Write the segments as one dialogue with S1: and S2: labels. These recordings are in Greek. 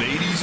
S1: Ladies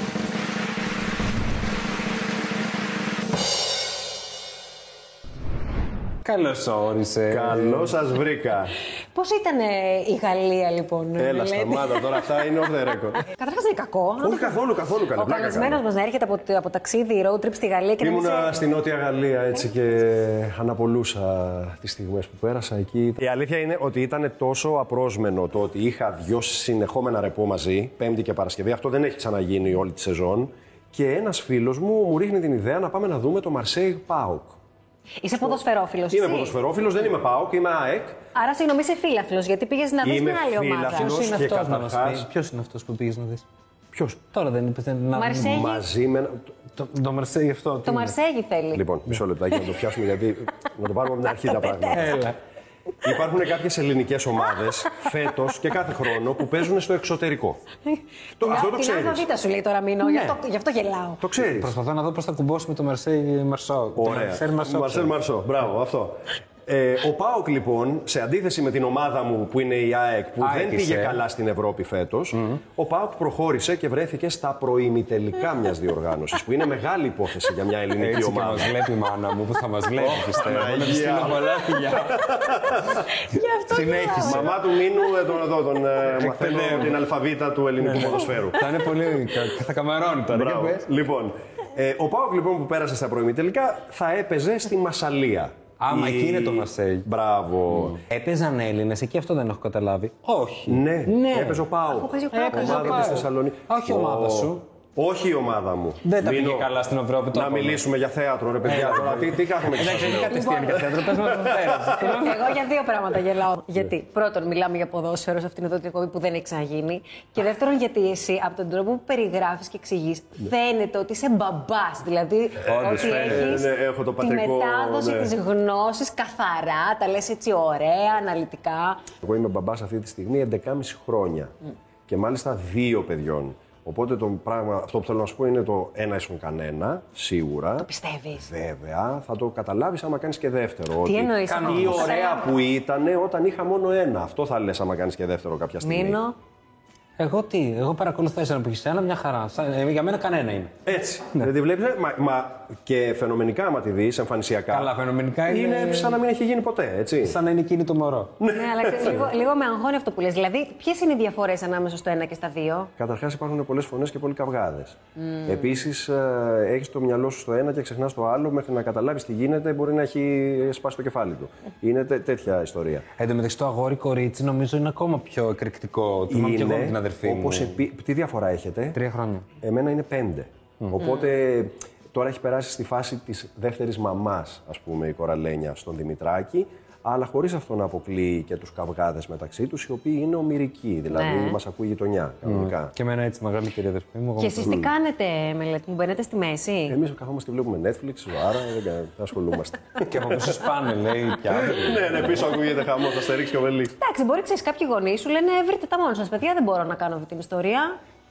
S2: Καλώς όρισες.
S3: Καλό σας βρήκα.
S4: Πώς ήταν η Γαλλία, λοιπόν,
S3: Έλα,
S4: Μελέτη?
S3: σταμάτα τώρα. Αυτά είναι off the record.
S4: Καταρχάς δεν είναι κακό.
S3: Όχι καθόλου, καθόλου καλά.
S4: Ο καλεσμένο μας να έρχεται από, από ταξίδι, road trip στη Γαλλία και να μην
S3: Ήμουνα
S4: ξέρει.
S3: στη Νότια Γαλλία έτσι και αναπολούσα τις στιγμές που πέρασα εκεί. Η αλήθεια είναι ότι ήταν τόσο απρόσμενο το ότι είχα δυο συνεχόμενα ρεπό μαζί, Πέμπτη και Παρασκευή. Αυτό δεν έχει ξαναγίνει όλη τη σεζόν. Και ένας φίλος μου μου ρίχνει την ιδέα να πάμε να δούμε το Marseille Πάοκ.
S4: Είσαι ποδοσφαιρόφιλος.
S3: Είμαι ποδοσφαιρόφιλος, δεν είμαι Πάοκ, είμαι ΑΕΚ.
S4: Άρα, συγγνώμη, είσαι φίλαθλο, γιατί πήγες να δεις
S3: Είμαι
S4: μια άλλη ομάδα.
S3: φύλαθλος.
S2: Ποιος είναι
S3: και
S2: αυτός να μας
S3: καταρχάς-
S2: πεις, Ποιος είναι αυτός που πήγες να δεις.
S3: Ποιος?
S2: Τώρα δεν είπε. Δεν... να-
S4: Μαρσέγ- Έχει.
S3: Μαζί με... ένα-
S2: Το, το Μαρσέγ αυτό. τι
S4: Το
S2: είναι.
S4: Μαρσέγι θέλει.
S2: Ναι.
S3: Λοιπόν, μισό λεπτάκι να το πιάσουμε γιατί να το πάρουμε από την αρχή τα πράγματα.
S2: Έλα.
S3: Υπάρχουν κάποιες ελληνικές ομάδες φέτος και κάθε χρόνο που παίζουν στο εξωτερικό. το, αυτό το
S4: Την
S3: ξέρεις.
S4: Αβαβήτα σου λέει τώρα μείνω, γι'
S3: Ναι.
S4: αυτό- γι' αυτό γελάω.
S3: Το ξέρεις.
S2: Προσπαθώ να δω πώς θα κουμπώσουμε το Μαρσέγ Μαρσό. Το
S3: Ωραία.
S2: Μαρσέλ Μαρσό.
S3: Μαρσέλ Μαρσό. Μπράβο, αυτό. Ε, ο Πάοκ λοιπόν, σε αντίθεση με την ομάδα μου που είναι η ΑΕΚ που δεν
S2: Άκησε.
S3: πήγε καλά στην Ευρώπη φέτος, ο Πάοκ προχώρησε και βρέθηκε στα προημιτελικά μιας διοργάνωσης που είναι μεγάλη υπόθεση για μια ελληνική
S2: Έτσι και
S3: ομάδα.
S2: μας βλέπει η μάνα μου που θα μας βλέπει, πιστεύω. Να της
S3: Παναγία.
S2: στείλω πολλά φιλιά.
S4: Γι' αυτό
S2: Συνέχισε.
S4: γελάω.
S3: Μαμά του Μίνου, ε, τον εδώ, τον ε, μαθαίνω
S2: Εκπαιδεύω.
S3: την αλφαβήτα του ελληνικού ποδοσφαίρου.
S2: Θα είναι πολύ. κα- Θα καμερώνει τώρα.
S3: Μπράβο.
S2: Για πες.
S3: Λοιπόν, ε, ο Πάοκ λοιπόν που πέρασε στα πρωιμή τελικά θα έπαιζε στη Μασαλία.
S2: Άμα, εκεί είναι το Mm. Μαρσέλ.
S3: Μπράβο.
S2: Έπαιζαν Έλληνες, εκεί αυτό δεν έχω καταλάβει. Όχι.
S3: Ναι,
S2: Ναι. Ε,
S3: έπαιζε ο Πάοκ.
S4: Αφού παίζει ο Πάοκ.
S3: Ομάδα
S2: Έπαιζε ο
S3: της
S2: Πάοκ.
S3: Θεσσαλονίκη.
S2: Όχι η ομάδα
S3: Ω,
S2: σου.
S3: Όχι η ομάδα μου.
S2: Δεν τα
S3: Μείνω.
S2: πήγε καλά στην Ευρώπη, το
S3: Να
S2: είπαμε. Ε,
S3: μιλήσουμε για θέατρο, ρε παιδιά. Τώρα τι, τι κάθομαι και σας
S2: Εντάξει,
S3: λέω.
S2: δεν κατεστιάνει για θέατρο, πες μας το πέρασε.
S4: Εγώ για δύο πράγματα
S3: Ναι.
S4: γελάω. γιατί πρώτον, μιλάμε για ποδόσφαιρος σε αυτήν εδώ την εκπομπή που δεν έχει ξαναγίνει. Και δεύτερον, γιατί εσύ από τον τρόπο που περιγράφεις και εξηγείς, φαίνεται ότι είσαι μπαμπάς. Δηλαδή,
S3: Ναι. Όντως,
S4: ότι
S3: φαίνεται,
S4: έχεις
S3: ναι, έχω το
S4: τη
S3: πατρικό,
S4: μετάδοση
S3: ναι.
S4: της τη γνώσης καθαρά, τα λες έτσι ωραία, αναλυτικά.
S3: Εγώ είμαι μπαμπάς αυτή τη στιγμή 11,5 χρόνια. Και μάλιστα δύο παιδιών. Οπότε το πράγμα, αυτό που θέλω να σου πω είναι το ένα ίσον κανένα, σίγουρα. Το
S4: Πιστεύεις.
S3: Βέβαια, θα το καταλάβεις άμα κάνεις και δεύτερο.
S4: Τι εννοείς, άμα
S3: Τι
S4: το
S3: ωραία
S4: καταλάβω.
S3: που ήταν όταν είχα μόνο ένα. Αυτό θα λες άμα κάνεις και δεύτερο κάποια στιγμή.
S4: Μείνω.
S2: Εγώ τι, εγώ παρακολουθώ εσένα που έχεις ένα, μια χαρά. Σαν- ε, Για μένα κανένα είναι.
S3: Έτσι.
S2: Ναι.
S3: Δηλαδή βλέπεις, ε, μα, μα, και φαινομενικά, άμα τη δεις, εμφανισιακά.
S2: Καλά, φαινομενικά είναι-
S3: Είναι σαν να μην έχει γίνει ποτέ, έτσι.
S2: Σαν να είναι εκείνη το μωρό.
S4: ναι, αλλά ξέρεις, λίγο, λίγο με αγχώνει αυτό που λες. Δηλαδή, ποιες είναι οι διαφορές ανάμεσα στο ένα και στα δύο.
S3: Καταρχάς υπάρχουν πολλές φωνές και πολλοί καυγάδες. Επίσης, έχεις το μυαλό σου στο ένα και ξεχνάς το άλλο. Μέχρι να καταλάβεις τι γίνεται, μπορεί να έχει σπάσει το κεφάλι του. Είναι τέ- τέτοια ιστορία.
S2: Εν τω μεταξύ, το αγόρι κορίτσι νομίζω είναι ακόμα πιο εκρηκτικό. Το θυμάμαι και εγώ με την αδερφή μου.
S3: όπως επί- Τι διαφορά έχετε,
S2: Τρία χρόνια.
S3: Εμένα είναι πέντε. Οπότε τώρα έχει περάσει στη φάση της δεύτερης μαμάς, ας πούμε, η Κοραλένια στον Δημητράκη. Αλλά χωρίς αυτό να αποκλείει και τους καυγάδες μεταξύ τους, οι οποίοι είναι ομοιρικοί. Δηλαδή,
S4: Ναι.
S3: μας μα ακούει η γειτονιά κανονικά.
S2: Και εμένα έτσι μεγαλύτερη αδερφή μου. εγώ
S4: Και
S2: με το-
S4: εσεί τι κάνετε, Μελέτη, μου μπαίνετε στη μέση.
S3: Εμείς καθόμαστε και βλέπουμε Netflix, άρα δεν κα- δεν ασχολούμαστε.
S2: Και από πίσω πάνε, λέει πια.
S3: ναι, ναι, πίσω ακούγεται χαμός, θα στερίξει και ο Βελή.
S4: Εντάξει, μπορεί ξέρεις κάποιοι γονείς σου λένε βρείτε τα μόνο σας, παιδιά. Δεν μπορώ να κάνω αυτή την ιστορία.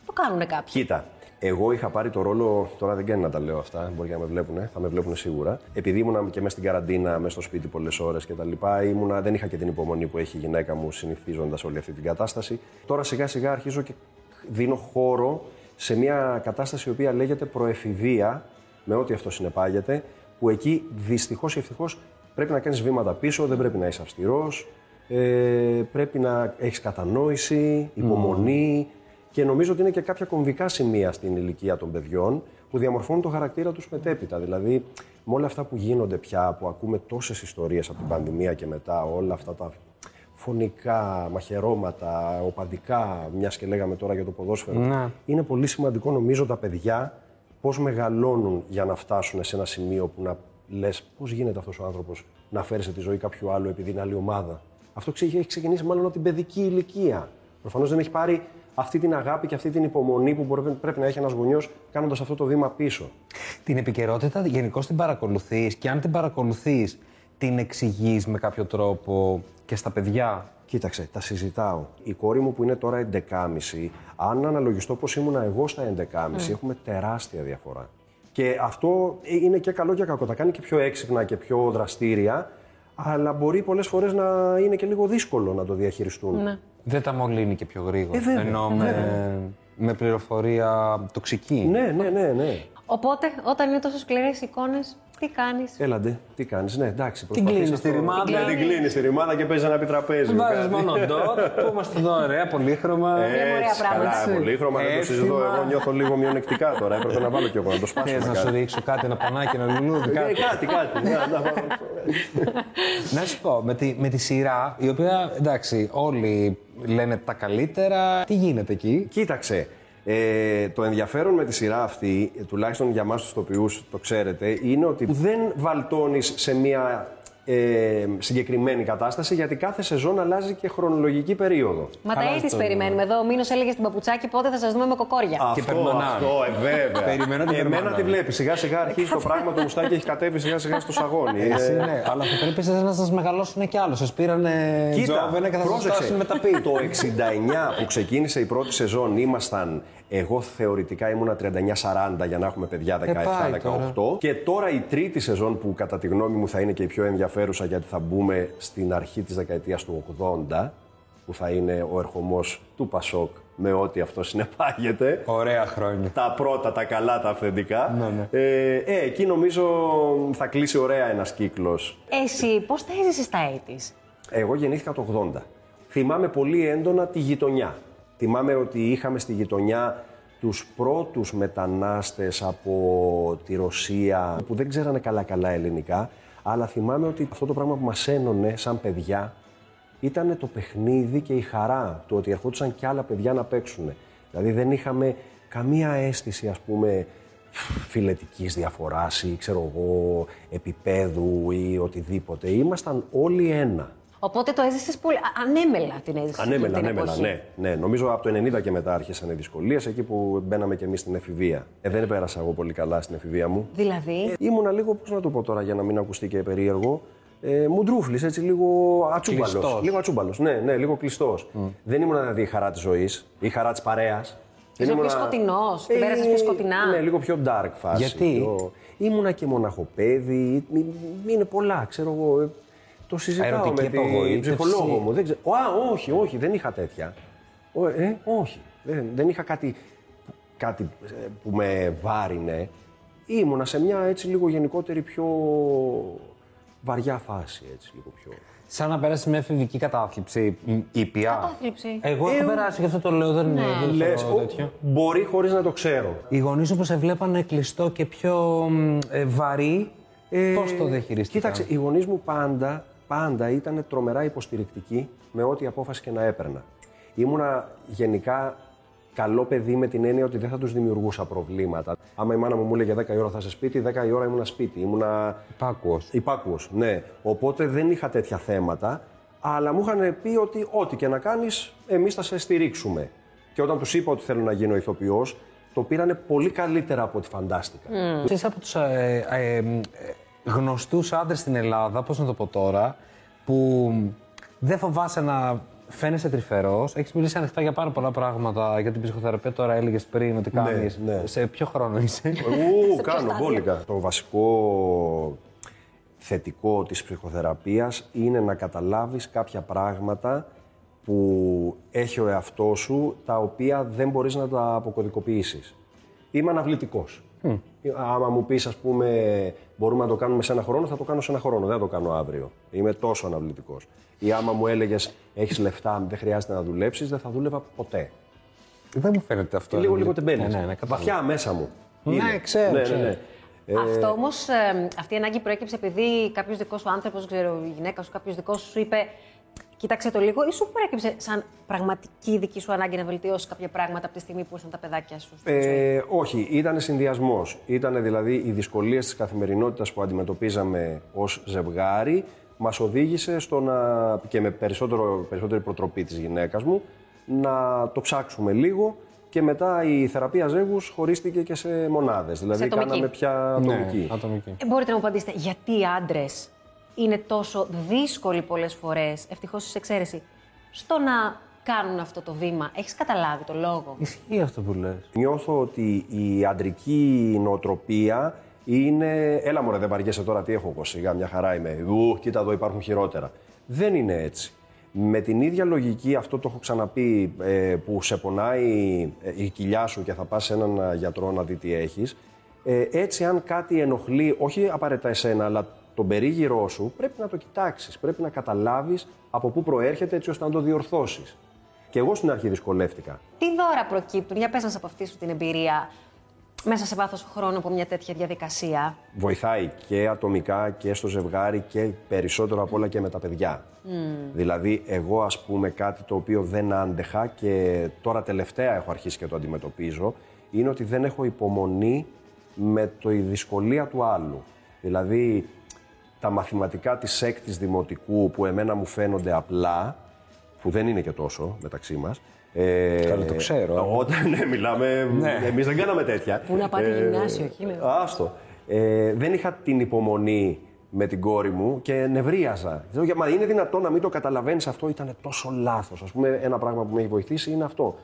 S4: Το κάνουν κάποιοι.
S3: Κοίτα, εγώ είχα πάρει το ρόλο. Τώρα δεν κάνει να τα λέω αυτά. Μπορεί και να με βλέπουν, θα με βλέπουν σίγουρα. Επειδή ήμουνα και μέσα στην καραντίνα, μέσα στο σπίτι πολλές ώρες κτλ. Ήμουνα, δεν είχα και την υπομονή που έχει η γυναίκα μου συνηθίζοντας όλη αυτή την κατάσταση. Τώρα σιγά σιγά αρχίζω και δίνω χώρο σε μια κατάσταση η οποία λέγεται προεφηβεία, με ό,τι αυτό συνεπάγεται, που εκεί δυστυχώς ή ευτυχώς πρέπει να κάνεις βήματα πίσω, δεν πρέπει να είσαι αυστηρός. Ε, πρέπει να έχεις κατανόηση, υπομονή, και νομίζω ότι είναι και κάποια κομβικά σημεία στην ηλικία των παιδιών που διαμορφώνουν το χαρακτήρα τους μετέπειτα. Δηλαδή, με όλα αυτά που γίνονται πια, που ακούμε τόσες ιστορίες από την πανδημία και μετά, όλα αυτά τα φωνικά, μαχαιρώματα, οπαδικά, μιας και λέγαμε τώρα για το ποδόσφαιρο. Είναι πολύ σημαντικό, νομίζω, τα παιδιά πώς μεγαλώνουν για να φτάσουν σε ένα σημείο που να λες πώς γίνεται αυτός ο άνθρωπος να φέρει σε τη ζωή κάποιου άλλου επειδή είναι άλλη ομάδα. Αυτό ξε- έχει ξεκινήσει μάλλον από την παιδική ηλικία. Προφανώς δεν έχει πάρει αυτή την αγάπη και αυτή την υπομονή που μπορεί- πρέπει να έχει ένας γονιός κάνοντας αυτό το βήμα πίσω.
S2: Την επικαιρότητα γενικώς την παρακολουθείς και αν την παρακολουθείς, την εξηγείς με κάποιο τρόπο και στα παιδιά.
S3: Κοίταξε, τα συζητάω. Η κόρη μου που είναι τώρα 11,5, αν αναλογιστώ πώ ήμουνα εγώ στα 11,5,
S2: Ναι.
S3: έχουμε τεράστια διαφορά. Και αυτό είναι και καλό και κακό. Τα κάνει και πιο έξυπνα και πιο δραστήρια, αλλά μπορεί πολλές φορές να είναι και λίγο δύσκολο να το διαχειριστούν.
S2: Δεν τα μολύνει και πιο γρήγορα.
S3: Ε, βέβαια.
S2: Ενώ με, με πληροφορία τοξική.
S3: Ναι, ναι, ναι, ναι.
S4: Οπότε, όταν είναι τόσο σκληρές εικόνες, τι κάνεις.
S3: Έλαντε, τι κάνεις, ναι, εντάξει.
S2: Την
S3: προσπαθείς
S2: κλείνεις
S3: αυτό.
S2: τη ρημάδα.
S3: Ναι, την κλείνεις τη ρημάδα και παίζεις ένα επιτραπέζι.
S2: Βάζεις
S3: κάτι.
S2: μόνο ντότ, που είμαστε εδώ ωραία, πολύχρωμα.
S4: Ε, ωραία
S3: Έτσι,
S4: πράγματα.
S3: καλά, πολύ χρώμα να το
S2: Εύθυμα.
S3: συζητώ. Εγώ νιώθω λίγο μειονεκτικά τώρα. Έπρεπε να βάλω κι εγώ να το σπάσουμε.
S2: Θες να σου
S3: κάτι.
S2: ρίξω κάτι, ένα πανάκι, ένα λουλούδι,
S3: Ε,
S2: κάτι.
S3: Κάτι, κάτι. ναι, να βάλω.
S2: Να σου πω, με τη, με τη σειρά, η οποία εντάξει, όλοι λένε τα καλύτερα. Τι γίνεται εκεί.
S3: Κοίταξε. Ε, το ενδιαφέρον με τη σειρά αυτή, ε, τουλάχιστον για μας τους τοπιούς το ξέρετε, είναι ότι δεν βαλτώνεις σε μια ε, συγκεκριμένη κατάσταση γιατί κάθε σεζόν αλλάζει και χρονολογική περίοδο.
S4: Μα τα
S2: Καλά
S4: έτσι
S2: το-
S4: περιμένουμε εδώ. Ο Μήνο έλεγε στην παπουτσάκι πότε θα σας δούμε με κοκόρια.
S2: Και περμανάρι.
S3: ε, βέβαια.
S2: Περιμένω την
S3: Εμένα
S2: περμανάρι.
S3: τη βλέπεις. Σιγά σιγά αρχίζει το πράγμα, το μουστάκι έχει κατέβει σιγά σιγά στο σαγόνι.
S2: Εσύ,
S3: Ε,
S2: ναι, αλλά θα πρέπει εσείς να σας μεγαλώσουν κι άλλο. Σας πήρανε τζόβενε και θα σας φτάσουν με τα πίτια.
S3: το 69 που ξεκίνησε η πρώτη σεζόν ήμασταν, εγώ θεωρητικά ήμουνα 39-40 για να έχουμε παιδιά 17-18
S2: Ε, πάει τώρα.
S3: και τώρα η τρίτη σεζόν που κατά τη γνώμη μου θα είναι και η πιο ενδιαφέρουσα γιατί θα μπούμε στην αρχή της δεκαετίας του 80 που θα είναι ο ερχομός του Πασόκ με ό,τι αυτό συνεπάγεται.
S2: Ωραία χρόνια.
S3: Τα πρώτα, τα καλά, τα αυθεντικά.
S2: Ναι,
S3: Ε, ε, εκεί νομίζω θα κλείσει ωραία ένας κύκλος
S4: Εσύ πώς τα έζησες στα 80s.
S3: εγώ γεννήθηκα το 80. Θυμάμαι πολύ έντονα τη γειτονιά. Θυμάμαι ότι είχαμε στη γειτονιά τους πρώτους μετανάστες από τη Ρωσία που δεν ξέρανε καλά-καλά ελληνικά, αλλά θυμάμαι ότι αυτό το πράγμα που μας ένωνε σαν παιδιά ήταν το παιχνίδι και η χαρά του ότι ερχόντουσαν και άλλα παιδιά να παίξουν. Δηλαδή δεν είχαμε καμία αίσθηση, ας πούμε, φιλετικής διαφοράς ή ξέρω εγώ, επίπεδου ή οτιδήποτε. Ήμασταν όλοι ένα.
S4: Οπότε το έζησες πολύ. α- Ανέμελα την έζησε.
S3: Ανέμελα, ανέμελα, ναι, ναι. Νομίζω από το 90 και μετά άρχισαν οι δυσκολίες, εκεί που μπαίναμε και εμείς στην εφηβεία. Ε, δεν πέρασα εγώ πολύ καλά στην εφηβεία μου.
S4: Δηλαδή.
S3: Ήμουνα λίγο, πώς να το πω τώρα για να μην ακουστεί και περίεργο, ε, μουντρούφλη, έτσι λίγο ατσούμπαλος.
S2: Κλειστός.
S3: Λίγο ατσούμπαλος, ναι, ναι, λίγο κλειστός. Δεν ήμουν δηλαδή η χαρά της ζωής, η χαρά της παρέας.
S4: Ήσουν πιο σκοτεινός, την πέρασες πιο σκοτεινά.
S3: Ναι, λίγο πιο dark φάση.
S2: Γιατί?
S3: Πιο... Ήμουνα και μοναχοπέδι, ε, ε, είναι πολλά, ξέρω εγώ. ε, Το συζητάω
S2: Ερωτική
S3: με την
S2: απογοήτευση.
S3: ψυχολόγο μου. Δεν ξέρω. Α, όχι, όχι, δεν είχα τέτοια. Ω, ε, όχι. Δεν, δεν είχα κάτι, κάτι ε, που με βάρινε. Ήμουνα σε μια έτσι λίγο γενικότερη πιο βαριά φάση, έτσι λίγο πιο...
S2: Σαν να πέρασε μια εφηβική κατάθλιψη μ, ήπια.
S4: Κατάθλιψη.
S2: Εγώ έχω περάσει και αυτό το λέω, δεν είναι δεν
S3: Λες,
S2: θεωρώ
S3: «Ω,
S2: τέτοιο.
S3: μπορεί χωρίς να το ξέρω.
S2: Οι γονείς όπως σε βλέπανε κλειστό και πιο μ, ε, βαρύ, ε, πώς το διαχειρίστηκαν.
S3: Κοίταξε, οι γονείς μου πάντα, πάντα ήταν τρομερά υποστηρικτικοί με ό,τι απόφαση και να έπαιρνα. Ήμουνα γενικά καλό παιδί με την έννοια ότι δεν θα τους δημιουργούσα προβλήματα. Άμα η μάνα μου μου έλεγε 10 η ώρα θα είσαι σπίτι, 10 η ώρα ήμουνα σπίτι. Ήμουνα
S2: Υπάκουος.
S3: Υπάκουος, ναι. Οπότε δεν είχα τέτοια θέματα, αλλά μου είχαν πει ότι ό,τι και να κάνεις, εμείς θα σε στηρίξουμε. Και όταν τους είπα ότι θέλω να γίνω ηθοποιός, το πήρανε πολύ καλύτερα από ό,τι φαντάστηκα.
S2: Είσαι από τους ε, ε, ε, γνωστούς άντρες στην Ελλάδα, πώς να το πω τώρα, που δεν φοβάσαι να φαίνεσαι τρυφερός. Έχεις μιλήσει ανοιχτά για πάρα πολλά πράγματα. Για την ψυχοθεραπεία τώρα έλεγες πριν ότι κάνεις.
S3: ναι. Ε,
S2: Σε ποιο χρόνο είσαι.
S3: Ου, κάνω μπόλικα. Το βασικό θετικό της ψυχοθεραπείας είναι να καταλάβεις κάποια πράγματα που έχει ο εαυτός σου, τα οποία δεν μπορείς να τα αποκωδικοποιήσεις. Είμαι αναβλητικός. Άμα μου πεις, ας πούμε, μπορούμε να το κάνουμε σε ένα χρόνο, θα το κάνω σε ένα χρόνο, δεν θα το κάνω αύριο. Είμαι τόσο αναβλητικός. Ή άμα μου έλεγες, έχεις λεφτά, δεν χρειάζεται να δουλέψεις, δεν θα δούλευα ποτέ.
S2: δεν μου φαίνεται αυτό.
S3: Λίγο, λίγο τεμπέλης.
S2: Ναι, ναι, ναι, κατάλαβα.
S3: Βαθιά μέσα μου.
S2: Ναι,
S3: Είναι.
S2: ξέρω,
S3: Ναι, ναι,
S2: ξέρω.
S3: ναι.
S4: Αυτό όμως, αυτή η ανάγκη προέκυψε επειδή κάποιος δικός σου άνθρωπος, ξέρω, η γυναίκα σου, κάποιος δικός σου σου είπε. Κοίταξε το λίγο, ή σου προέκυψε σαν πραγματική δική σου ανάγκη να βελτιώσεις κάποια πράγματα από τη στιγμή που ήρθαν τα παιδάκια σου. στη ζωή?
S3: Ε, όχι, ήταν συνδυασμός. Ήταν δηλαδή οι δυσκολίες της καθημερινότητας που αντιμετωπίζαμε ως ζευγάρι, μας οδήγησε στο να. και με περισσότερο, περισσότερη προτροπή της γυναίκας μου, να το ψάξουμε λίγο και μετά η θεραπεία ζεύγους χωρίστηκε και σε μονάδες. Δηλαδή
S4: ατομική.
S3: κάναμε πια ατομική.
S2: Ναι, ατομική.
S4: Ε, Μπορείτε να μου απαντήσετε γιατί οι άντρες είναι τόσο δύσκολοι πολλές φορές, ευτυχώς ει εξαίρεση, στο να κάνουν αυτό το βήμα. Έχεις καταλάβει το λόγο.
S2: Ισχύει αυτό που λες.
S3: Νιώθω ότι η αντρική νοοτροπία είναι. Έλα μωρέ, δεν βαριέσαι τώρα τι έχω εγώ. Σιγά, μια χαρά είμαι. Ου, κοίτα εδώ υπάρχουν χειρότερα. Δεν είναι έτσι. Με την ίδια λογική, αυτό το έχω ξαναπεί, ε, που σε πονάει ε, η κοιλιά σου και θα πας σε έναν ε, γιατρό να δει τι έχεις, ε, έτσι αν κάτι ενοχλεί, όχι απαραίτητα εσένα, αλλά τον περίγυρό σου, πρέπει να το κοιτάξεις, πρέπει να καταλάβεις από πού προέρχεται έτσι ώστε να το διορθώσεις. Και εγώ στην αρχή δυσκολεύτηκα.
S4: Τι δώρα προκύπτουν, για πες μας από αυτή σου την εμπειρία, μέσα σε βάθος χρόνου από μια τέτοια διαδικασία.
S3: βοηθάει και ατομικά και στο ζευγάρι και περισσότερο απ' όλα και με τα παιδιά.
S4: Mm.
S3: Δηλαδή, εγώ ας πούμε κάτι το οποίο δεν άντεχα και τώρα τελευταία έχω αρχίσει και το αντιμετωπίζω, είναι ότι δεν έχω υπομονή με το, η δυσκολία του άλλου. Δηλαδή, τα μαθηματικά της έκτης δημοτικού που εμένα μου φαίνονται απλά, που δεν είναι και τόσο μεταξύ μας, ε,
S2: Καλά, το ξέρω.
S3: Όταν ναι, μιλάμε, εμείς δεν κάναμε τέτοια. Ε,
S4: Πού να πάτε γυμνάσιο, εκεί λέω.
S3: Άστο. Ε, δεν είχα την υπομονή με την κόρη μου και νευρίαζα. Λέω, «Για- Μα είναι δυνατό να μην το καταλαβαίνεις αυτό, ήταν τόσο λάθος. Ας πούμε, ένα πράγμα που με έχει βοηθήσει είναι αυτό.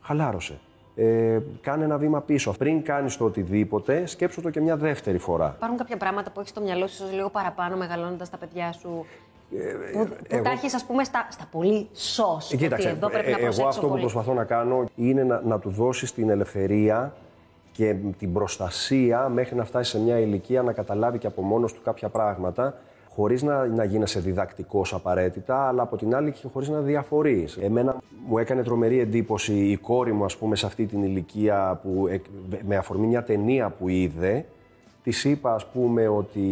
S3: Χαλάρωσε. Ε, κάνε ένα βήμα πίσω. Πριν κάνεις το οτιδήποτε, σκέψου το και μια δεύτερη φορά.
S4: Υπάρχουν κάποια πράγματα που έχεις στο μυαλό σου, ίσως λίγο παραπάνω μεγαλώνοντας τα παιδιά σου.
S3: Ε,
S4: που που τα έχεις, ας πούμε, στα, στα πολύ σο. Ότι εδώ πρέπει να
S3: ε, εγώ
S4: προσέξω
S3: αυτό που
S4: πολύ.
S3: προσπαθώ να κάνω είναι να, να του δώσεις την ελευθερία και την προστασία μέχρι να φτάσει σε μια ηλικία να καταλάβει και από μόνος του κάποια πράγματα χωρίς να, να γίνεσαι διδακτικός απαραίτητα, αλλά από την άλλη και χωρίς να διαφορείς. Εμένα μου έκανε τρομερή εντύπωση η κόρη μου, ας πούμε, σε αυτή την ηλικία που εκ- με αφορμή μια ταινία που είδε, Της είπα, ας πούμε, ότι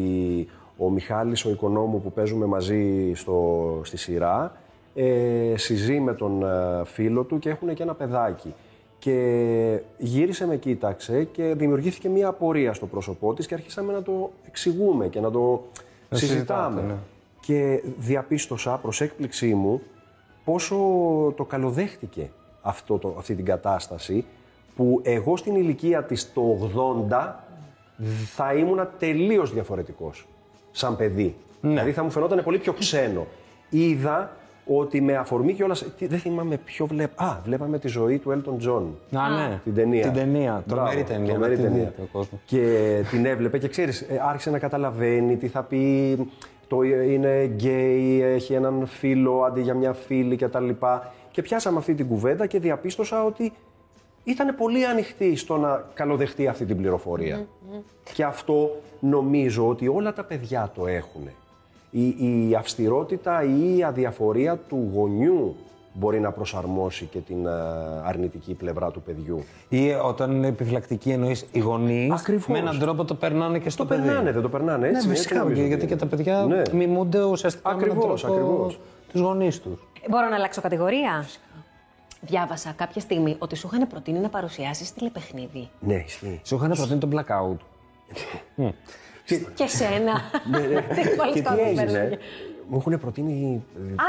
S3: ο Μιχάλης, ο οικονόμου που παίζουμε μαζί στο, στη σειρά, ε, συζεί με τον ε, φίλο του και έχουν και ένα παιδάκι. Και γύρισε με κοίταξε και δημιουργήθηκε μια απορία στο πρόσωπό της και αρχίσαμε να το εξηγούμε και να το
S2: Να συζητάτε,
S3: συζητάμε.
S2: ναι.
S3: Και διαπίστωσα προς έκπληξή μου πόσο το καλοδέχτηκε αυτό το, αυτή την κατάσταση που εγώ στην ηλικία της το 80 θα ήμουν τελείως διαφορετικός σαν παιδί.
S2: Ναι.
S3: Δηλαδή θα μου φαινόταν πολύ πιο ξένο. Είδα ότι με αφορμή και όλα... Δεν θυμάμαι ποιο βλέπα. Α, βλέπαμε τη ζωή του Έλτον Τζον.
S2: Να, ναι.
S3: Την ταινία.
S2: Την ταινία.
S3: Μπράβο,
S2: Τρομερή ταινία.
S3: τρομερή
S2: να την
S3: ταινία.
S2: δείτε ο κόσμος.
S3: Και την έβλεπε και ξέρεις, ε, άρχισε να καταλαβαίνει τι θα πει, το είναι γκέι, έχει έναν φίλο αντί για μια φίλη κτλ. Και, τα λοιπά. και πιάσαμε αυτή την κουβέντα και διαπίστωσα ότι ήταν πολύ ανοιχτή στο να καλοδεχτεί αυτή την πληροφορια Και αυτό νομίζω ότι όλα τα παιδιά το έχουν. Η, η αυστηρότητα ή η αδιαφορία του γονιού μπορεί να προσαρμόσει και την α, αρνητική πλευρά του παιδιού.
S2: Ή όταν είναι επιφυλακτική εννοείς οι γονείς,
S3: Ακριβώς.
S2: με έναν τρόπο το περνάνε και στο
S3: Το
S2: παιδί.
S3: περνάνε, δεν το περνάνε έτσι.
S2: Δηλαδή. ναι,
S3: έτσι
S2: φυσικά.
S3: νομίζω
S2: γιατί
S3: ότι
S2: και τα
S3: είναι.
S2: παιδιά
S3: Ναι.
S2: μιμούνται ουσιαστικά με
S3: Ακριβώς,
S2: τον τρόπο
S3: ακριβώς.
S2: τους γονείς τους.
S4: Μπορώ να αλλάξω κατηγορία. Διάβασα κάποια στιγμή ότι σου είχαν προτείνει να παρουσιάσεις τηλεπαιχνίδι.
S3: Ναι, ισχύει.
S2: Σου είχαν προτείνει τον blackout.
S4: Και σένα. Τι βάλεις
S3: Ναι, Και τι
S4: κάπου πέρα.
S3: έγινε. Μου έχουν προτείνει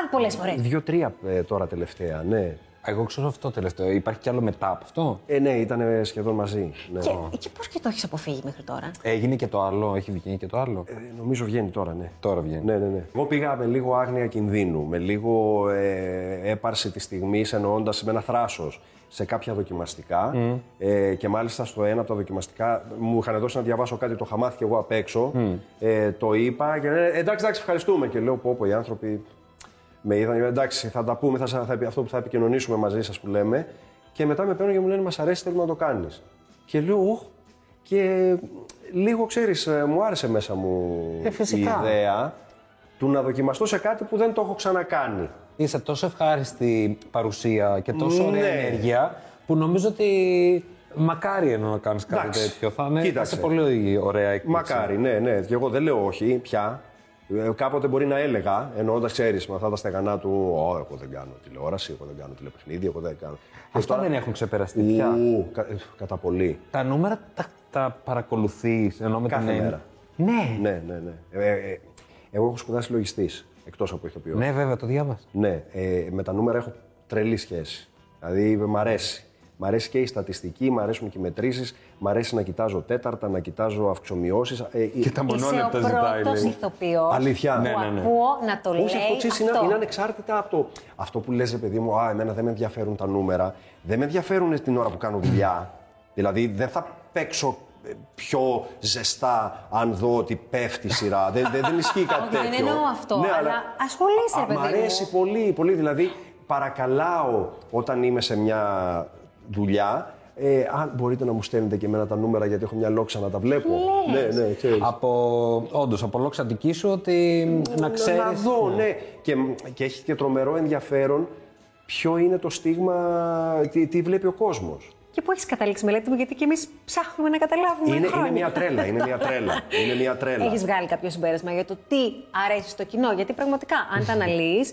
S4: Α, πολλές φορές.
S3: δύο-τρία ε, τώρα τελευταία, ναι.
S2: Εγώ ξέρω αυτό τελευταίο. Υπάρχει κι άλλο μετά από αυτό.
S3: Ε, ναι, ήταν σχεδόν μαζί. Ναι.
S4: Και, και πώς και το έχεις αποφύγει μέχρι τώρα.
S2: Έγινε και το άλλο, έχει βγει και το άλλο.
S3: Ε, νομίζω βγαίνει τώρα, ναι.
S2: Τώρα βγαίνει.
S3: Ναι, ναι, ναι. Εγώ πήγα με λίγο άγνοια κινδύνου, με λίγο ε, έπαρση της στιγμής, εννοώντας με ένα θράσος σε κάποια δοκιμαστικά. Ε, και μάλιστα στο ένα από τα δοκιμαστικά μου είχαν δώσει να διαβάσω κάτι, το χαμάθηκε εγώ απ' έξω. Ε, το είπα και λένε, εντάξει, εντάξει, ευχαριστούμε. Και λέω, πω, πω, οι άνθρωποι με είδαν, λέω, εντάξει, θα τα πούμε, θα, σα- θα, αυτό που θα επικοινωνήσουμε μαζί σας που λέμε. Και μετά με παίρνουν και μου λένε, μας αρέσει, θέλουμε να το κάνεις. Και λέω, «Οχ». Και λίγο ξέρεις, μου άρεσε μέσα μου
S2: Ε, φυσικά.
S3: η ιδέα του να δοκιμαστώ σε κάτι που δεν το έχω ξανακάνει.
S2: Είσαι τόσο ευχάριστη παρουσία και τόσο ωραία
S3: Ναι.
S2: ενέργεια που νομίζω ότι μακάρι ενώ να κάνεις κάτι
S3: Εντάξει.
S2: τέτοιο. Θα είναι, θα
S3: Κοίταξε.
S2: είσαι πολύ ωραία έκπληξη.
S3: Μακάρι, ναι, ναι. Και εγώ δεν λέω όχι πια. Ε, Κάποτε μπορεί να έλεγα, εννοώντας, ξέρεις, με αυτά τα στεγανά του, Ω, εγώ δεν κάνω τηλεόραση, εγώ δεν κάνω τηλεπαιχνίδι, εγώ δεν κάνω.
S2: Αυτό δεν έχουν ξεπεραστεί πια.
S3: Ου, κα- ε, κατά πολύ.
S2: Τα νούμερα τα, τα παρακολουθείς ενώ με
S3: Κάθε
S2: την έννοια.
S3: μέρα.
S2: Ναι.
S3: Ναι, ναι, ναι. Ε, ε, ε, εγώ έχω σπουδάσει λογιστής, εκτός από ηθοποιό.
S2: ναι, βέβαια, το διάβασα.
S3: Ναι, ε, με τα νούμερα έχω τρελή σχέση. Δηλαδή μ' αρέσει. Μ' αρέσει και η στατιστική, μ' αρέσουν και οι μετρήσεις, μ' αρέσει να κοιτάζω τέταρτα, να κοιτάζω αυξομοιώσεις. Ε, και
S2: τα
S4: Είσαι ο πρώτο ηθοποιός.
S3: Αλήθεια.
S4: Που
S3: Ναι, ναι,
S2: ναι.
S4: ακούω να το λέει.
S3: Όχι, αυτό ξέρεις, είναι,
S4: αυτό.
S3: είναι ανεξάρτητα από το. Αυτό που λες, ρε παιδί μου, Α, εμένα δεν με ενδιαφέρουν τα νούμερα. Δεν με ενδιαφέρουν την ώρα που κάνω δουλειά. δηλαδή, δεν θα παίξω ε, πιο ζεστά αν δω ότι πέφτει η σειρά. δεν, δεν, δεν ισχύει κάτι
S4: Όχι,
S3: τέτοιο. Ναι,
S4: δεν εννοώ αυτό, αλλά ασχολείσαι,
S3: Α,
S4: παιδί
S3: Μ'
S4: μου.
S3: αρέσει πολύ, πολύ. Δηλαδή, παρακαλάω όταν είμαι σε μια δουλειά. Ε, αν μπορείτε να μου στέλνετε και εμένα τα νούμερα γιατί έχω μια λόξα να τα βλέπω. Ναι, ναι, ξέρεις.
S2: Από, όντως, από λόξα δική σου ότι να ξέρεις...
S3: Να δω, ναι. Και, και έχει και τρομερό ενδιαφέρον ποιο είναι το στίγμα, τι, τι βλέπει ο κόσμος.
S4: Και που έχεις καταλήξει μελέτη μου, γιατί και εμείς ψάχνουμε να καταλάβουμε.
S3: Είναι, είναι μια τρέλα, είναι μια τρέλα. Είναι μια τρέλα.
S4: Έχεις βγάλει κάποιο συμπέρασμα για το τι αρέσει στο κοινό. Γιατί πραγματικά, αν τα αναλύεις,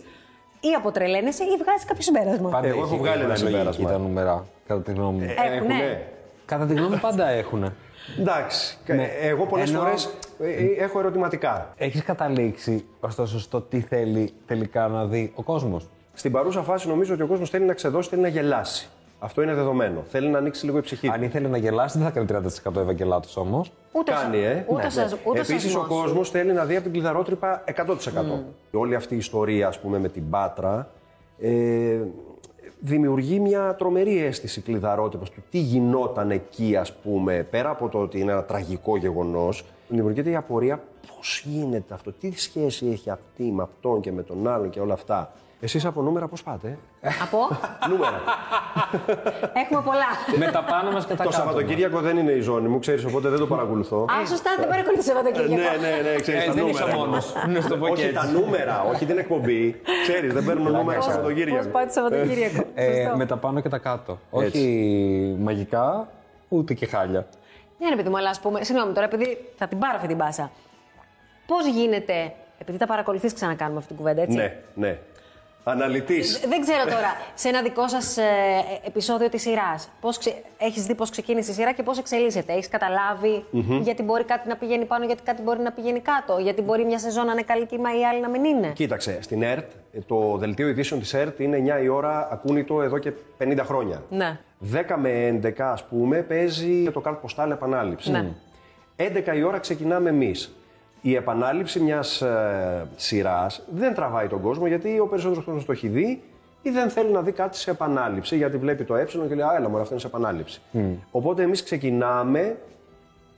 S4: ή αποτρελαίνεσαι ή βγάζεις κάποιο συμπέρασμα.
S2: Πάντα
S3: Εγώ
S2: έχει
S3: έχω βγάλει ένα
S2: λογική
S3: συμπέρασμα. Ε.
S2: Τα νούμερα, κατά τη γνώμη μου.
S4: Έχουνε.
S2: Κατά τη γνώμη μου πάντα έχουνε.
S3: Εντάξει.
S2: Ναι.
S3: Εγώ πολλές
S2: Ενώ-
S3: φορές ε, ε, έχω ερωτηματικά.
S2: Έχεις καταλήξει, ωστόσο, στο τι θέλει τελικά να δει ο κόσμος.
S3: Στην παρούσα φάση νομίζω ότι ο κόσμος θέλει να ξεδώσει, θέλει να γελάσει. Αυτό είναι δεδομένο. Θέλει να ανοίξει λίγο η ψυχή. του.
S2: Αν ήθελε να γελάσει, δεν θα κάνει 30% Ευαγγελάτος όμως.
S4: Ούτε
S3: Κάνει, ε.
S4: Ούτε σας- ούτε
S3: Επίσης, ο
S4: σασμός.
S3: κόσμος θέλει να δει από την κλειδαρότρυπα 100%. Όλη αυτή η ιστορία, ας πούμε, με την Πάτρα, ε, δημιουργεί μια τρομερή αίσθηση κλειδαρότρυπα του τι γινόταν εκεί, ας πούμε, πέρα από το ότι είναι ένα τραγικό γεγονός. Δημιουργείται η απορία πώς γίνεται αυτό, τι σχέση έχει αυτή με αυτόν και με τον άλλον και όλα αυτά. Εσείς από νούμερα πώς πάτε. ε?
S4: Από.
S3: νούμερα.
S4: Έχουμε πολλά.
S2: με τα πάνω μας και
S3: το
S2: τα κάτω μας.
S3: Σαββατοκύριακο δεν είναι η ζώνη μου, ξέρεις, οπότε δεν το παρακολουθώ.
S4: Α, σωστά, δεν παρακολουθείς
S3: Ε,
S4: Σαββατοκύριακο.
S3: Ναι, ναι, ναι, ξέρεις,
S2: Ε,
S3: τα
S2: δεν
S3: νούμερα.
S2: είσαι μόνος. Να σου το πω και
S3: όχι τα
S2: έτσι.
S3: νούμερα, όχι την εκπομπή. Ξέρεις, δεν παίρνω νούμερα
S4: Πώς-
S3: Σαββατοκύριακο.
S4: Πώς πάει το Σαββατοκύριακο.
S2: Ε,
S4: Σωστό.
S2: με τα πάνω και τα κάτω.
S3: Έτσι.
S2: Όχι μαγικά, ούτε και χάλια.
S4: Ναι, ρε παιδί μου, αλλά ας πούμε. Συγγνώμη τώρα, επειδή θα την πάρω αυτή την πάσα. Πώς γίνεται. Επειδή τα παρακολουθείς, ξανακάνουμε αυτή την κουβέντα, έτσι.
S3: Ναι, ναι. Αναλυτής.
S4: Δεν ξέρω τώρα, σε ένα δικό σας επεισόδιο της σειράς, ξε... έχεις δει πώς ξεκίνησε η σειρά και πώς εξελίσσεται. Έχεις γιατί μπορεί κάτι να πηγαίνει πάνω, γιατί κάτι μπορεί να πηγαίνει κάτω. Γιατί μπορεί μια σεζόν να είναι καλή κύμα ή άλλη να μην είναι.
S3: Κοίταξε, στην ΕΡΤ, ε, το δελτίο ειδήσεων της ΕΡΤ είναι 9 η ώρα ακούνητο εδώ και 50 χρόνια.
S4: Ναι.
S3: 10 με 11, ας πούμε, παίζει το Card Postal επανάληψη.
S4: Ναι.
S3: 11 η ώρα ξεκινάμε εμείς. Η επανάληψη μιας ε, σειράς δεν τραβάει τον κόσμο γιατί ο περισσότερος κόσμος το έχει δει ή δεν θέλει να δει κάτι σε επανάληψη γιατί βλέπει το ε και λέει «Α, έλα μωρέ, αυτό είναι σε επανάληψη». Οπότε εμείς ξεκινάμε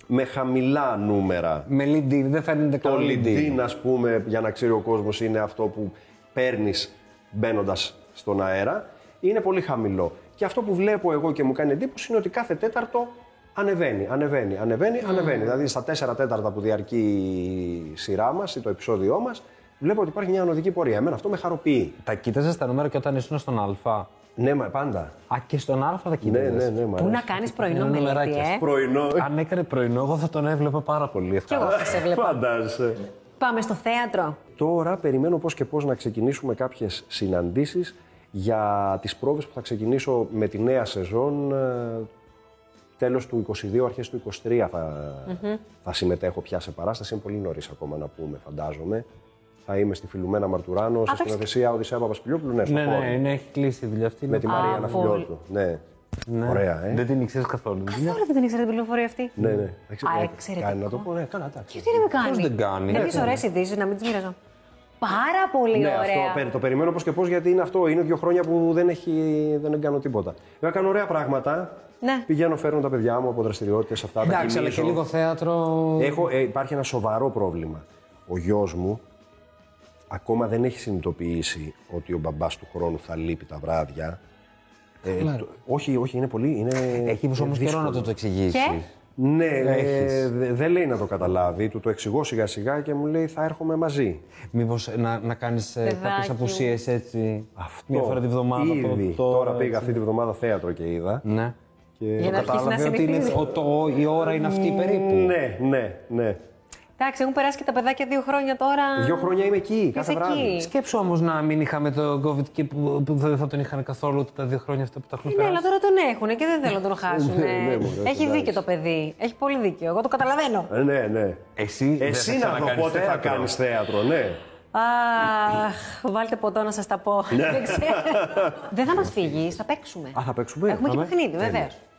S3: με χαμηλά νούμερα.
S2: Με LinkedIn, δεν φαίνεται
S3: Το
S2: καλό
S3: LinkedIn, ας πούμε, για να ξέρει ο κόσμος, είναι αυτό που παίρνεις μπαίνοντας στον αέρα. Είναι πολύ χαμηλό. Και αυτό που βλέπω εγώ και μου κάνει εντύπωση είναι ότι κάθε τέταρτο ανεβαίνει, ανεβαίνει, ανεβαίνει, ανεβαίνει. Δηλαδή στα τέσσερα τέταρτα που διαρκεί η σειρά μας ή το επεισόδιό μας, βλέπω ότι υπάρχει μια ανωδική πορεία. Εμένα αυτό με χαροποιεί.
S2: Τα κοίταζες τα νούμερα και όταν ήσουν στον Α.
S3: Ναι, μα πάντα.
S2: Α, και στον Α τα
S3: Ναι,
S2: κοίταζες.
S3: ναι, ναι, μ'
S4: Πού να
S3: αρέσει.
S4: κάνεις πρωινό
S2: Είναι
S4: μελέτη,
S2: νούμεράκια.
S4: ε.
S3: Πρωινό.
S2: Αν έκανε πρωινό, εγώ θα τον έβλεπα πάρα πολύ.
S4: Κι εγώ θα σε βλέπω.
S3: Φαντάζεσαι.
S4: Πάμε στο θέατρο.
S3: Τώρα περιμένω πώς και πώς να ξεκινήσουμε κάποιες συναντήσεις για τις πρόβες που θα ξεκινήσω με τη νέα σεζόν ε, τέλος του 22, αρχές του 23 θα, θα συμμετέχω πια σε παράσταση. Είναι πολύ νωρίς ακόμα να πούμε, φαντάζομαι. Θα είμαι στη Φιλουμένα Μαρτουράνο, στη
S4: το έχεις-
S3: σκηνοθεσία Οδυσσέα Παπασπιλιόπουλου, ναι, στο
S2: Ναι,
S3: χώρο.
S2: ναι, ναι, έχει κλείσει η δουλειά αυτή.
S3: με τη Μαρία
S4: Α,
S3: Αναφιλιώτου. Ναι.
S2: Ναι.
S3: Ωραία, ε.
S2: Δεν την ήξερες καθόλου.
S4: Καθόλου δεν την ήξερα την πληροφορία αυτή.
S3: Ναι, ναι. Δεν ξέρω,
S4: Α,
S3: ε,
S4: εξαιρετικό.
S3: Κάνει να το πω, ναι, καλά, εντάξει.
S4: Και τι να με κάνει.
S2: δεν κάνει.
S4: Τέτοιε ωραίες ειδήσεις να μην τις μοιραζώ. Πάρα πολύ
S3: Ναι,
S4: ωραία.
S3: αυτό πε- το περιμένω πώς και πώς γιατί είναι αυτό. Είναι δύο χρόνια που δεν, έχει, δεν κάνω τίποτα. Εγώ κάνω ωραία πράγματα.
S4: Ναι.
S3: Πηγαίνω, φέρνω τα παιδιά μου από δραστηριότητες αυτά. τα
S2: Εντάξει, αλλά και
S3: γυμνίζω.
S2: λίγο θέατρο.
S3: Έχω, ε, υπάρχει ένα σοβαρό πρόβλημα. Ο γιος μου ακόμα δεν έχει συνειδητοποιήσει ότι ο μπαμπάς του χρόνου θα λείπει τα βράδια. Ε, το- όχι, όχι, είναι πολύ. Είναι,
S2: Έχει
S3: είναι
S2: όμως καιρό
S3: δύσκολο.
S2: να του το εξηγήσει.
S4: Ε, Και?
S3: Ναι, ε,
S2: Έχεις.
S3: δε- δεν λέει να το καταλάβει. Του το εξηγώ σιγά σιγά και μου λέει θα έρχομαι μαζί.
S2: Μήπως να, να κάνεις
S4: Παιδάκι
S2: κάποιες
S4: μου.
S2: απουσίες έτσι.
S3: Αυτό.
S2: Μια φορά τη βδομάδα. το-
S3: Ήδη.
S2: το-
S3: Τώρα πήγα αυτή τη βδομάδα θέατρο και είδα.
S2: Ναι.
S3: Και...
S4: Για να αρχίσει να
S2: Κατάλαβε ότι
S4: συνηθίζει.
S2: είναι, ο, το, η ώρα είναι αυτή περίπου.
S3: Ναι, ναι, ναι.
S4: Εντάξει, έχουν περάσει και τα παιδάκια δύο χρόνια τώρα.
S3: Δύο χρόνια είμαι εκεί, κάθε
S4: εκεί.
S3: βράδυ.
S2: Σκέψου όμως να μην είχαμε το COVID και που, που δεν θα τον είχαν καθόλου ούτε τα δύο χρόνια αυτά που τα έχουν
S4: Ναι,
S2: περάσει.
S4: αλλά τώρα τον έχουν και δεν θέλουν να τον χάσουν.
S3: Ναι, ναι, μωρέ,
S4: Έχει
S3: εντάξει.
S4: δίκιο το παιδί. Έχει πολύ δίκιο. Εγώ το καταλαβαίνω.
S3: Ε, Ναι, ναι.
S2: Εσύ, δεν
S3: Εσύ
S2: θα
S3: να δω
S2: ξανακάνεις
S3: πότε θα
S2: θέατρο.
S3: κάνεις θέατρο, ναι.
S4: Αχ, βάλτε ποτό να σας τα πω. Δεν ξέρω. Δεν θα μας φύγεις, θα παίξουμε.
S3: Ναι. Α, θα παίξουμε,
S4: Έχουμε και
S3: πάμε.
S4: παιχνίδι, βεβαίως.
S3: Τέλεια.